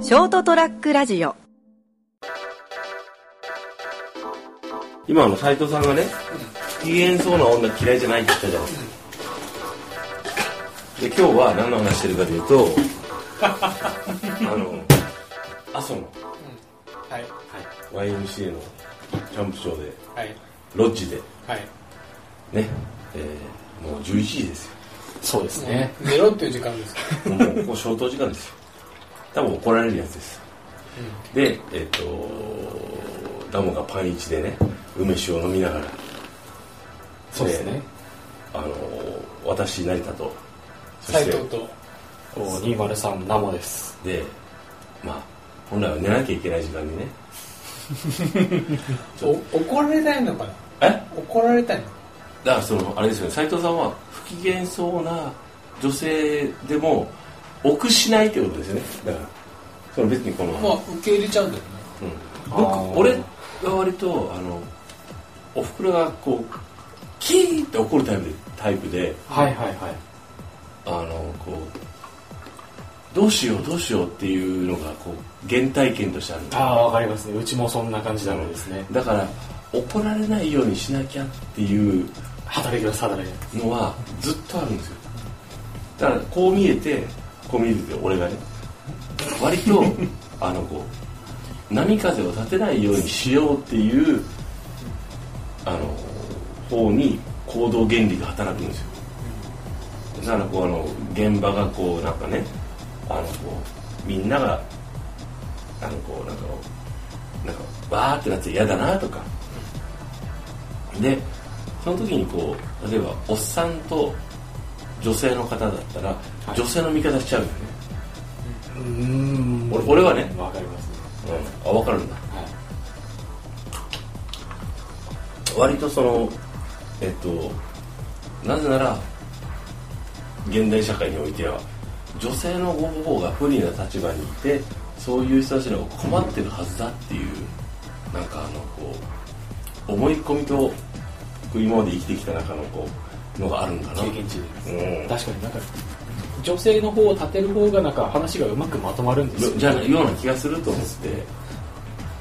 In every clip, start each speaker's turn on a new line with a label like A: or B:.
A: ショートトラックラジオ
B: 今あの斉藤さんがね機嫌そうな女嫌いじゃないって言ったじゃんで今日は何の話してるかというとあの阿蘇の、
C: はい、
B: はい、YMCA のキャンプ場で
C: はい、
B: ロッジで
C: はい。
B: ね、えーもう11時ですよ
D: そうですね。
C: 寝ろっていう時間ですか。
B: もうここ消灯時間ですよ多分怒られるやつです、でえっ、とダモがパンイチでね梅酒を飲みながら
D: そうですね。
B: あの私成田とそ
C: 斎
B: して
C: 藤と。
D: お203生です。
B: でまあ本来は寝なきゃいけない時間にね
C: お怒られたいのかな
B: え
C: 怒られたいの
B: だからそのあれですよね斉藤さんは不機嫌そうな女性でも臆しないってことですよねだからその別にこの、
C: まあ、受け入れちゃうんだよね。
B: うん
D: あー
B: 僕俺が割とあのおふくろがこうキーンって怒るタイプでタイプで
D: はいはいはい。
B: あのこうどうしようどうしようっていうのがこう原体験としてあるんです
D: ああ、わかりますね。うちもそんな感じなのですね。
B: だから怒られないようにしなきゃっていう
D: 働きます、働きます。
B: のはずっとあるんですよだからこう見えてこう見えて俺がね割とあのこう波風を立てないようにしようっていうあの方に行動原理が働くんですよだからこうあの現場がこうなんかねあのこうみんながあのこうなんかなんかわーってなって嫌だなとかでその時にこう例えばおっさんと女性の方だったら、
D: い
B: 女性の味方しちゃうよね、
D: うーん
B: 俺俺はね
D: わかりますね。
B: あ分かるんだ
D: はい。
B: 割とそのえっとなぜなら現代社会においては女性の方が不利な立場にいてそういう人たちの方が困ってるはずだっていうなんかあのこう思い込みと今まで生きてきた中のこうのがあるんだな
D: 経験値です。
B: うん
D: 確かになんか、女性の方を立てる方がなんか話がうまくまとまるんですよ。
B: じゃないような気がすると思って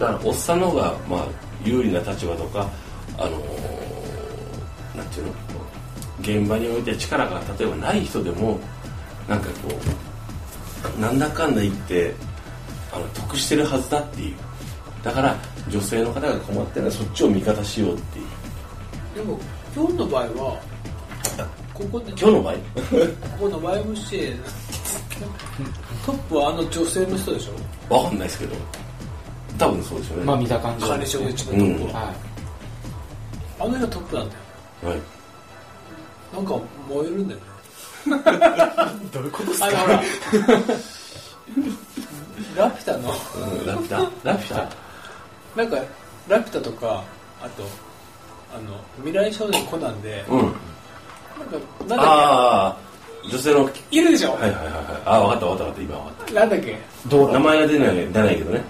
B: だからおっさんの方がまあ有利な立場とかあのーなんていうのこう現場において力が例えばない人でもなんかこうなんだかんだ言ってあの得してるはずだっていうだから女性の方が困ってるのはそっちを味方しようっていう
C: でも、今日の場合は、ここで、
B: 今日の場合
C: ここの YMCA、トップはあの女性の人でしょ
B: わかんないですけど多分そうでしょうね、
D: まあ見た感じ
C: 管理
D: です
C: 職
D: ね
C: 一のトップは。
D: は
C: あの人がトップなんだよ。
B: はい、
C: なんか燃えるんだよね。
D: い。どういうことです
C: あの、ほら。 ラピュタの。
B: うん、ラピュタラピュタ
C: なんか、ラピュタとか、あと、あの、未来少年コナンで、
B: うん
C: なんか、なんだっ
B: ああ女性の
C: け、いるでしょ、
B: はいはいはいはい。あ、分かった分かった分かった。今分かっ
C: なんだっけ
B: た。
D: ドー
B: 名
D: ラ。
B: 前が出ない出ないけどね。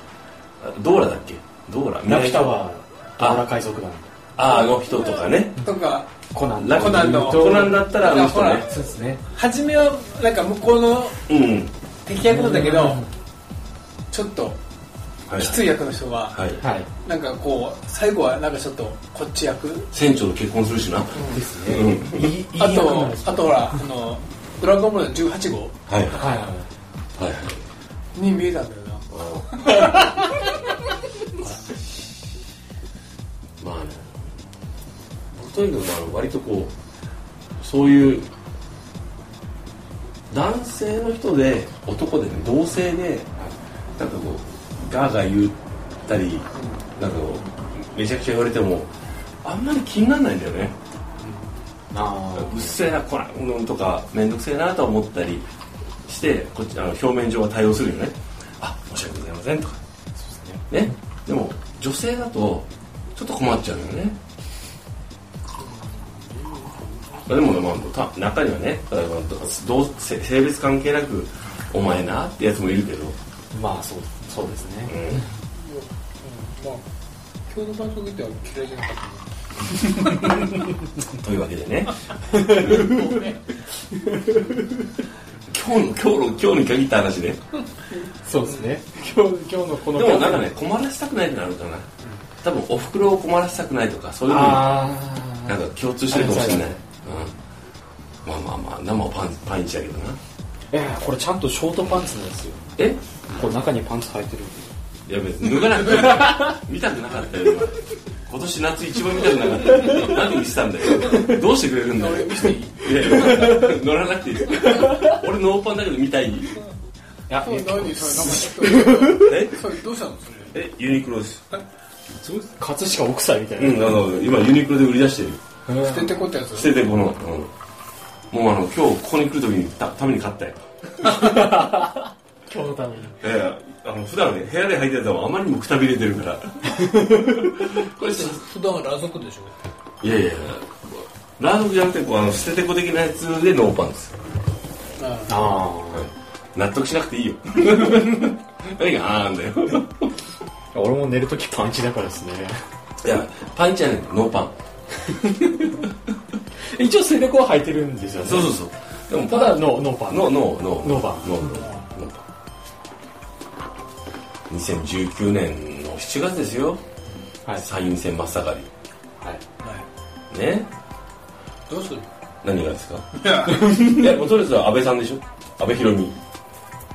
B: あドーラだっけドーラ。
D: ラピュタは、ドーラ海賊団。
B: ああの人とかね。
C: とか、
D: コナン
B: ラ
C: コナンの
B: コナンだったらあの人
C: なんか
B: ね。
D: そうですね。
C: 初めは、なんか向こうの
B: うん。は
C: 敵役なんだけ
D: うん
C: ど、ちょっと、
B: い。
C: きつい役の人は、
B: はい。
D: はい。
C: なんかこう、最後はなんかちょっと、こっち役
B: 船長と結婚するしな。は
D: ですね。
B: う
D: いい、いい
C: あ
D: 役なんです
C: と、あとほら、あの、ドラゴンボールの18号
B: いはい
D: はいはい。
B: はいはい。
C: に見えたんだよな。
B: まあね。僕とにかくまあ割とこうそういう男性の人で男でね同性でなんかこうガーガー言ったりなんかこうめちゃくちゃ言われてもあんまり気にならないんだよね
D: あ
B: うっせえなこらうんとか面倒くせえなと思ったりしてこっちあの表面上は対応するよねあ申し訳ございませんとかねでも女性だとちょっと困っちゃうよねでもね、まあ、た中にはねだからまあどう性性別関係なく「お前な」ってやつもいるけど、
D: あ、まあそう、そうですね。
C: うん、まあ、今日の番組っては嫌いじゃなかった
B: というわけでね 今日の今日の今日に限った話ね
D: そうですね今日今日のこの
B: でもなんかね困らせたくないってなるとね多分お袋を困らせたくないとかそういうのに
D: あ
B: なんか共通してるかもしれない、うん、まあまあまあ生はパンパンイチだけどな
D: あいやこれちゃんとショートパンツなんですよ
B: え
D: これ中にパンツ履いてる
B: いや別に脱がなくても見たくなかったよ今今年夏一番見たくなかったよ何見せたんだよどうしてくれるんだよ
C: 俺見せていい
B: いやいや乗らなくていいです俺ノーパンだけど見たい
D: いや
C: そう
D: え
C: 何それなんか
B: え
C: それどうしたのそれ
B: えユニクロです
D: 葛飾奥さんみたいな、
B: うんあの今ユニクロで売り出してる
D: うん
C: 捨ててこってやつ
B: 捨ててこの、うん、もうあの今日ここに来る時にたために買ったよ
D: 今日のために
B: いやいやあの普段ね部屋で履いてたのはあまりにもくたびれてるからこれさ
C: 普段は裸族でしょ
B: いやいやラードじゃなくてこうあの捨ててこ的なやつでノーパンです、
C: ああ
D: あ
B: 納得しなくていいよ何があーんだよ
D: あ俺も寝るときパンチだからですね
B: いやパンチじゃないノーパン
D: 一応スレコは履いてるんですよね
B: そうそうそうでも
D: ただノーノーパン
B: ノーノーノー
D: ノーパン
B: ノーノーノーパン2019年の7月ですよ
D: はい、
B: 参院選真っ盛
D: はい、
C: はい
B: りね
C: どうする
B: 何がですか
C: いや
B: いやもうとりあえずは安倍さんでしょ安倍博美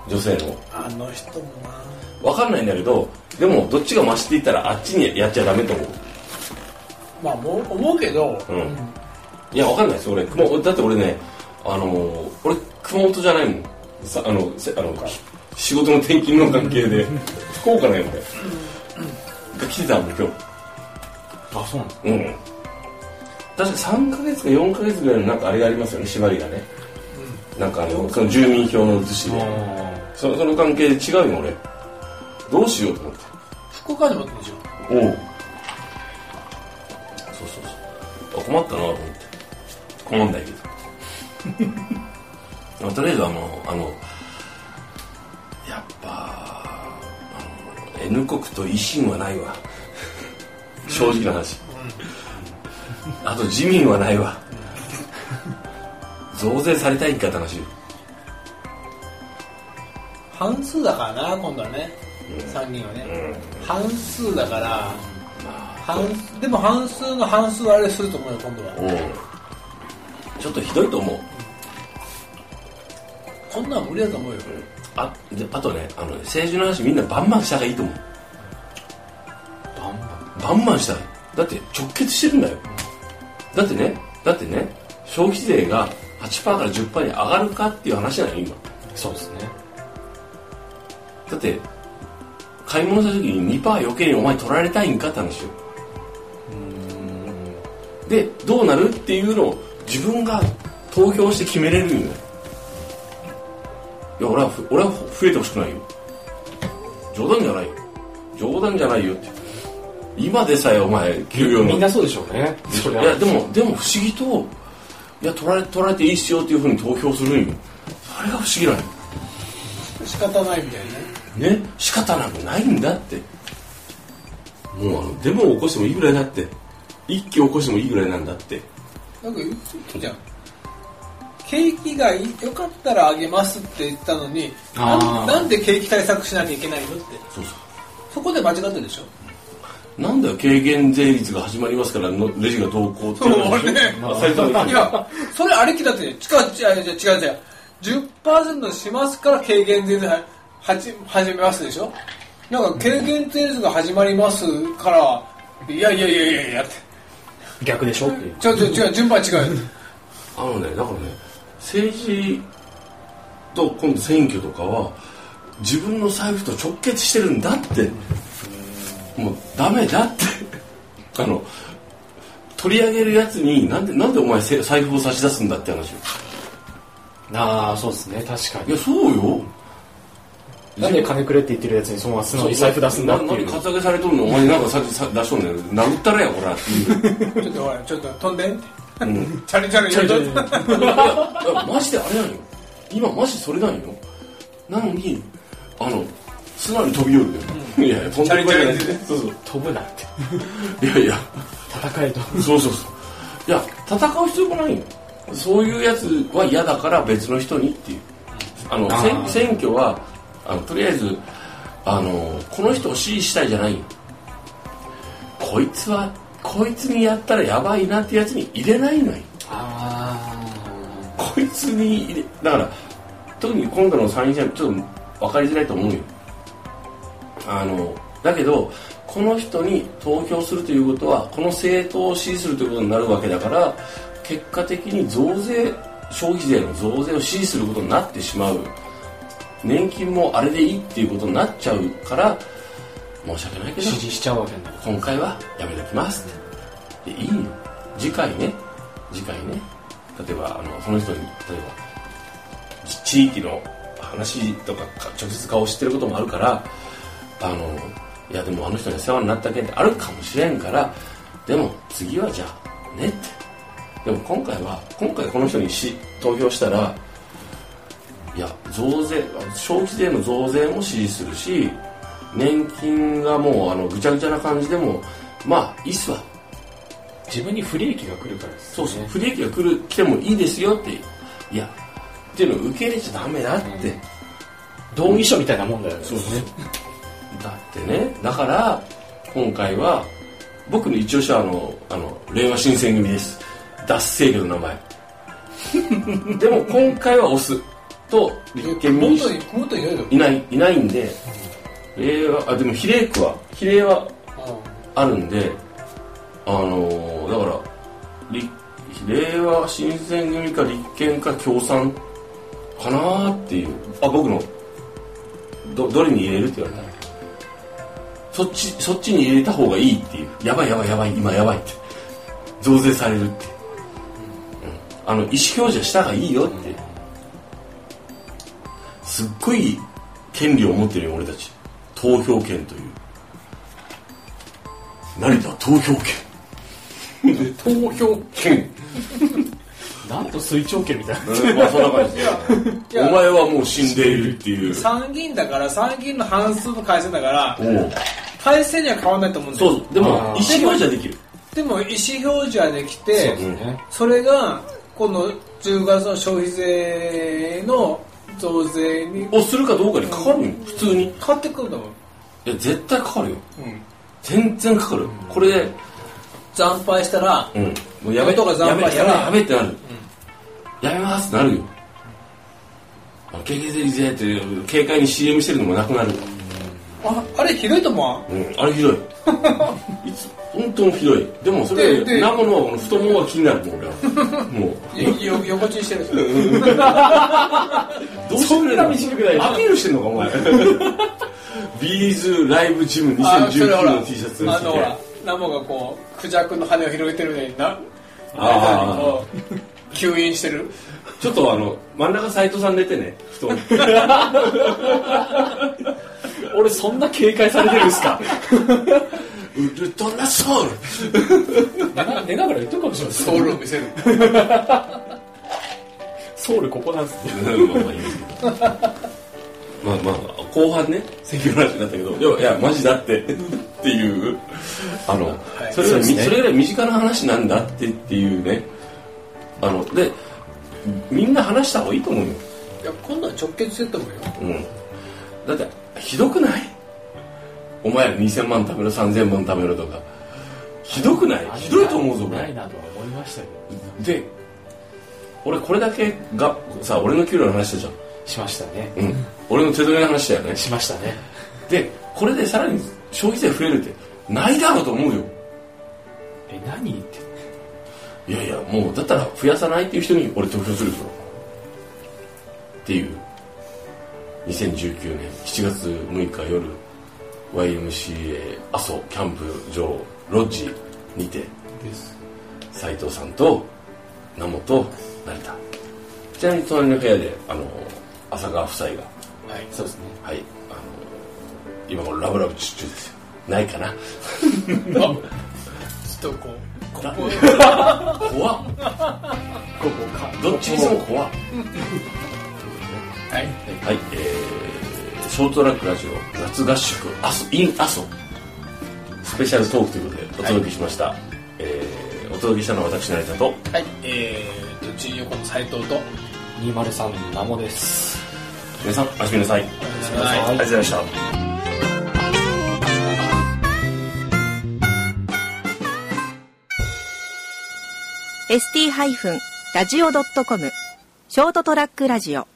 B: 女性の
C: あの人もな
B: わかんないんだけどでもどっちが増していったらあっちにやっちゃダメと思う
C: まあもう思うけど
B: うんいやわかんないです俺もうだって俺ねあのー俺熊本じゃないもんさあのせあの仕事の転勤の関係で福岡なんや俺が来てたもん今日
D: あそうなんです
B: うん確か3ヶ月か4ヶ月ぐらいのなんかあれがありますよね縛りがね、なんかあのその住民票の写しでそその関係で違うよ俺どうしようと思って
C: 福岡でもあったんでしょ
B: おうそうそうそうあ困ったなと思って困んないけど まあとりあえずあのあのやっぱあの N 国と維新はないわ正直な話あと自民はないわ増税されたいんかって話
C: 半数だからな今度はね3人はね半数だから半数でも半数の半数はあれすると思うよ今度は
B: うんちょっとひどいと思う
C: こんなん無理だと思うよ
B: あであとねあのね政治の話みんなバンバンした方がいいと思う
D: バンバ
B: バンバンしたいだって直結してるんだよだってねだってね消費税が8%から10%に上がるかっていう話なのよ今
D: ンそうですね
B: だって買い物した時に2%余計にお前取られたいんかって話よでどうなるっていうのを自分が投票して決めれるんだよいや俺はふ俺は増えてほしくないよ冗談じゃないよ冗談じゃないよって今でさえお前給料の
D: みんなそうでしょうね
B: そ
D: そ
B: い
D: りゃ
B: やでもでも不思議といや取られ取られていいっすよっていうふうに投票するんよそれが不思議なの
C: 仕方ないみたいなね
B: ね仕方なくないんだってもうあのデモを起こしてもいいぐらいだって一気起こしてもいいぐらいなんだって
C: なんか言ってたじゃん景気がい良かったら上げますって言ったのにな
D: あ
C: ん
D: ー
C: なんで景気対策しなきゃいけないのって
B: そうそ
C: そこで間違ってるでしょ
B: うなんだよ軽減税率が始まりますからのレジがどうこうっていうの
C: そうね
B: あ斉藤さん
C: いや、それありきだって、違う違う違う違う。10%しますから軽減税率はじ始めますでしょなんか軽減税率が始まりますから、いやいやいやいやいやって。
D: 逆でしょっていう
C: 違う違う違う、順番違うよ。
B: あのねだからね政治と今度選挙とかは自分の財布と直結してるんだってもうダメだって あの取り上げるやつになんでなんでお前せ財布を差し出すんだって話よ
D: ああそうですね確か
B: い
D: に
B: やそうよ
D: なんで金くれって言ってるやつにそのまま素直に財布出すんだってい
B: な
D: う
B: 何カツアゲされとんのお前になんかささ出しとんねん殴ったらやこらっていう、
C: ちょっとほら、ちょっと飛んでんって。
B: うん
C: チャリチャリ
D: ちょいちょい
B: いやいやマジであれなんよ今マジそれなんよなのにあの素直に飛び降りるのよいやいや飛んでる場合じゃない
C: チャリチャリ
B: そうそう
D: 飛ぶなって
B: いやいや
D: 戦えと
B: そうそうそういや戦う必要もないよそういうやつは嫌だから別の人にっていうあの
D: あー
B: 選選挙はあのとりあえずあのこの人を支持したいじゃないよこいつはこいつにやったらやばいなってやつに入れないのよ
D: あ
B: こいつに入れだから特に今度の参院選ちょっと分かりづらいと思うよあのだけどこの人に投票するということはこの政党を支持するということになるわけだから結果的に増税消費税の増税を支持することになってしまう年金もあれでいいっていうことになっちゃうから申し訳ないけ
D: ー
B: ど
D: 支持しちゃうわけになる
B: 今回はやめときますってでいいよ次回ね次回ね例えばあのその人に例えばち地域の話とかか直接顔を知ってることもあるからあのいやでもあの人に世話になった件ってあるかもしれんからでも次はじゃあねってでも今回は今回この人にし投票したらいや増税消費税の増税も支持するし年金がもうあのぐちゃぐちゃな感じでもまあいいっすわ
D: 自分に不利益が来るからです
B: そ
D: よ
B: う
D: ね
B: そう、不利益が来る来てもいいですよっていやっていうのを受け入れちゃダメだって、
D: 同意書みたいなもんだよね
B: そうそうだってねだから今回は僕の一押しはあのあの令和新選組です脱制御の名前でも今回はオスと立憲
C: も
B: 民
C: っ
B: 主
C: といもっといろいろ
B: いないいないんで令和あでも比例区は比例はあるんで、あのーだから立、令和新選組か立憲か共産かなーっていう、あ、僕の、ど、どれに入れるって言われたら、そっち、そっちに入れた方がいいっていう、やばいやばいやばい、今やばいって、増税されるって、うん、あの、意思表示はした方がいいよって、すっごい権利を持ってるよ、俺たち。投票権という。成田投票権
D: 投票
B: 権、
D: なんと水長権みたいな
B: まあそんな感じです
C: いや
B: お前はもう死んでいるっていう
C: 参議院だから参議院の半数の改選だから
B: おう
C: 改選には変わらないと思うんだ
B: そ
C: よ
B: うでも意
D: あー
B: 思表示はできる
C: でも意思表示はできて
B: そう
D: ね
C: それがこの10月の消費税の増税に
B: をするかどうかにかかるよ普通にい
C: 変わってくると思う、
B: や絶対かかるよ全然かかるよこれで
C: 惨敗したら
B: うんもうやめ
C: とか
B: や
C: 惨
B: め
C: 敗した
B: やめ
C: ら
B: やめってなるやめますってなるよあの経験税税っていう警戒に CM してるのもなくなる
C: ああれひどいと思わん
B: うんあれひどい いつ本当にひどいでもそれ
C: でで
B: 生のこの太ももが気になるもん俺 はもう
C: よよ横ちんしてるでしょ
B: どうしてくれるの
D: そんな短くない
B: アピールしてんのかお前ビーズライブジム
C: あそれほら
B: 2019の T シャツ
C: あのほら
B: 着て
C: ナモがこうクジャクの羽を広げてるのにな
B: あー
C: こう吸引してる
B: ちょっとあの真ん中斎藤さん出てねふと
D: 俺そんな警戒されてるんですか
B: ウルトラソウル
D: 寝な寝ながら言っとくかもしれない
C: ソウルを 見せる
D: ソウルここなんですね
B: うんまあまあいいですけどまあまあ後半ね選挙の話になったけどでもいやマジだってっていうあの、
C: い
B: それぐらい
D: そうですね
B: それぐらい身近な話なんだってっていうねあのでみんな話した方がいいと思うよ
C: いや今度は直結してると思うよ
B: うん、だってひどくないお前ら2000万貯めろ3000万貯めろとかひどくないひどいと思うぞ
D: ない
B: 俺
D: なとは思いましたけど
B: で俺これだけがさ俺の給料の話したじ
D: しましたね
B: ゃん、うん、俺の手取りの話だよね
D: しましたね
B: でこれでさらに消費税増えるってないだろうと思うよ
D: え何言って
B: いやいやもうだったら増やさないっていう人に俺投票するぞっていう2019年7月6日夜 YMCA 阿蘇キャンプ場ロッジにて
C: です
B: 斉藤さんと名本と成田ちなみに隣の部屋であの浅川夫妻が
C: はい
D: そうですね
B: はいあの今頃ラブラブ中ですよないかな
C: ちょっとこうここ
B: 怖っ
D: ここか
B: どっちにしても怖っ
C: はい
B: はい、えー、ショートトラックラジオ夏合宿阿蘇 in 阿蘇スペシャルトークということでお届けしました、えーお届けしたのは私成田と
C: はいえーと、チン横の斎藤と
D: 203名もです
B: 皆さんおやすみなさい
C: はい
B: ありがとうございました
A: ー ST-radio.com ショートトラックラジオ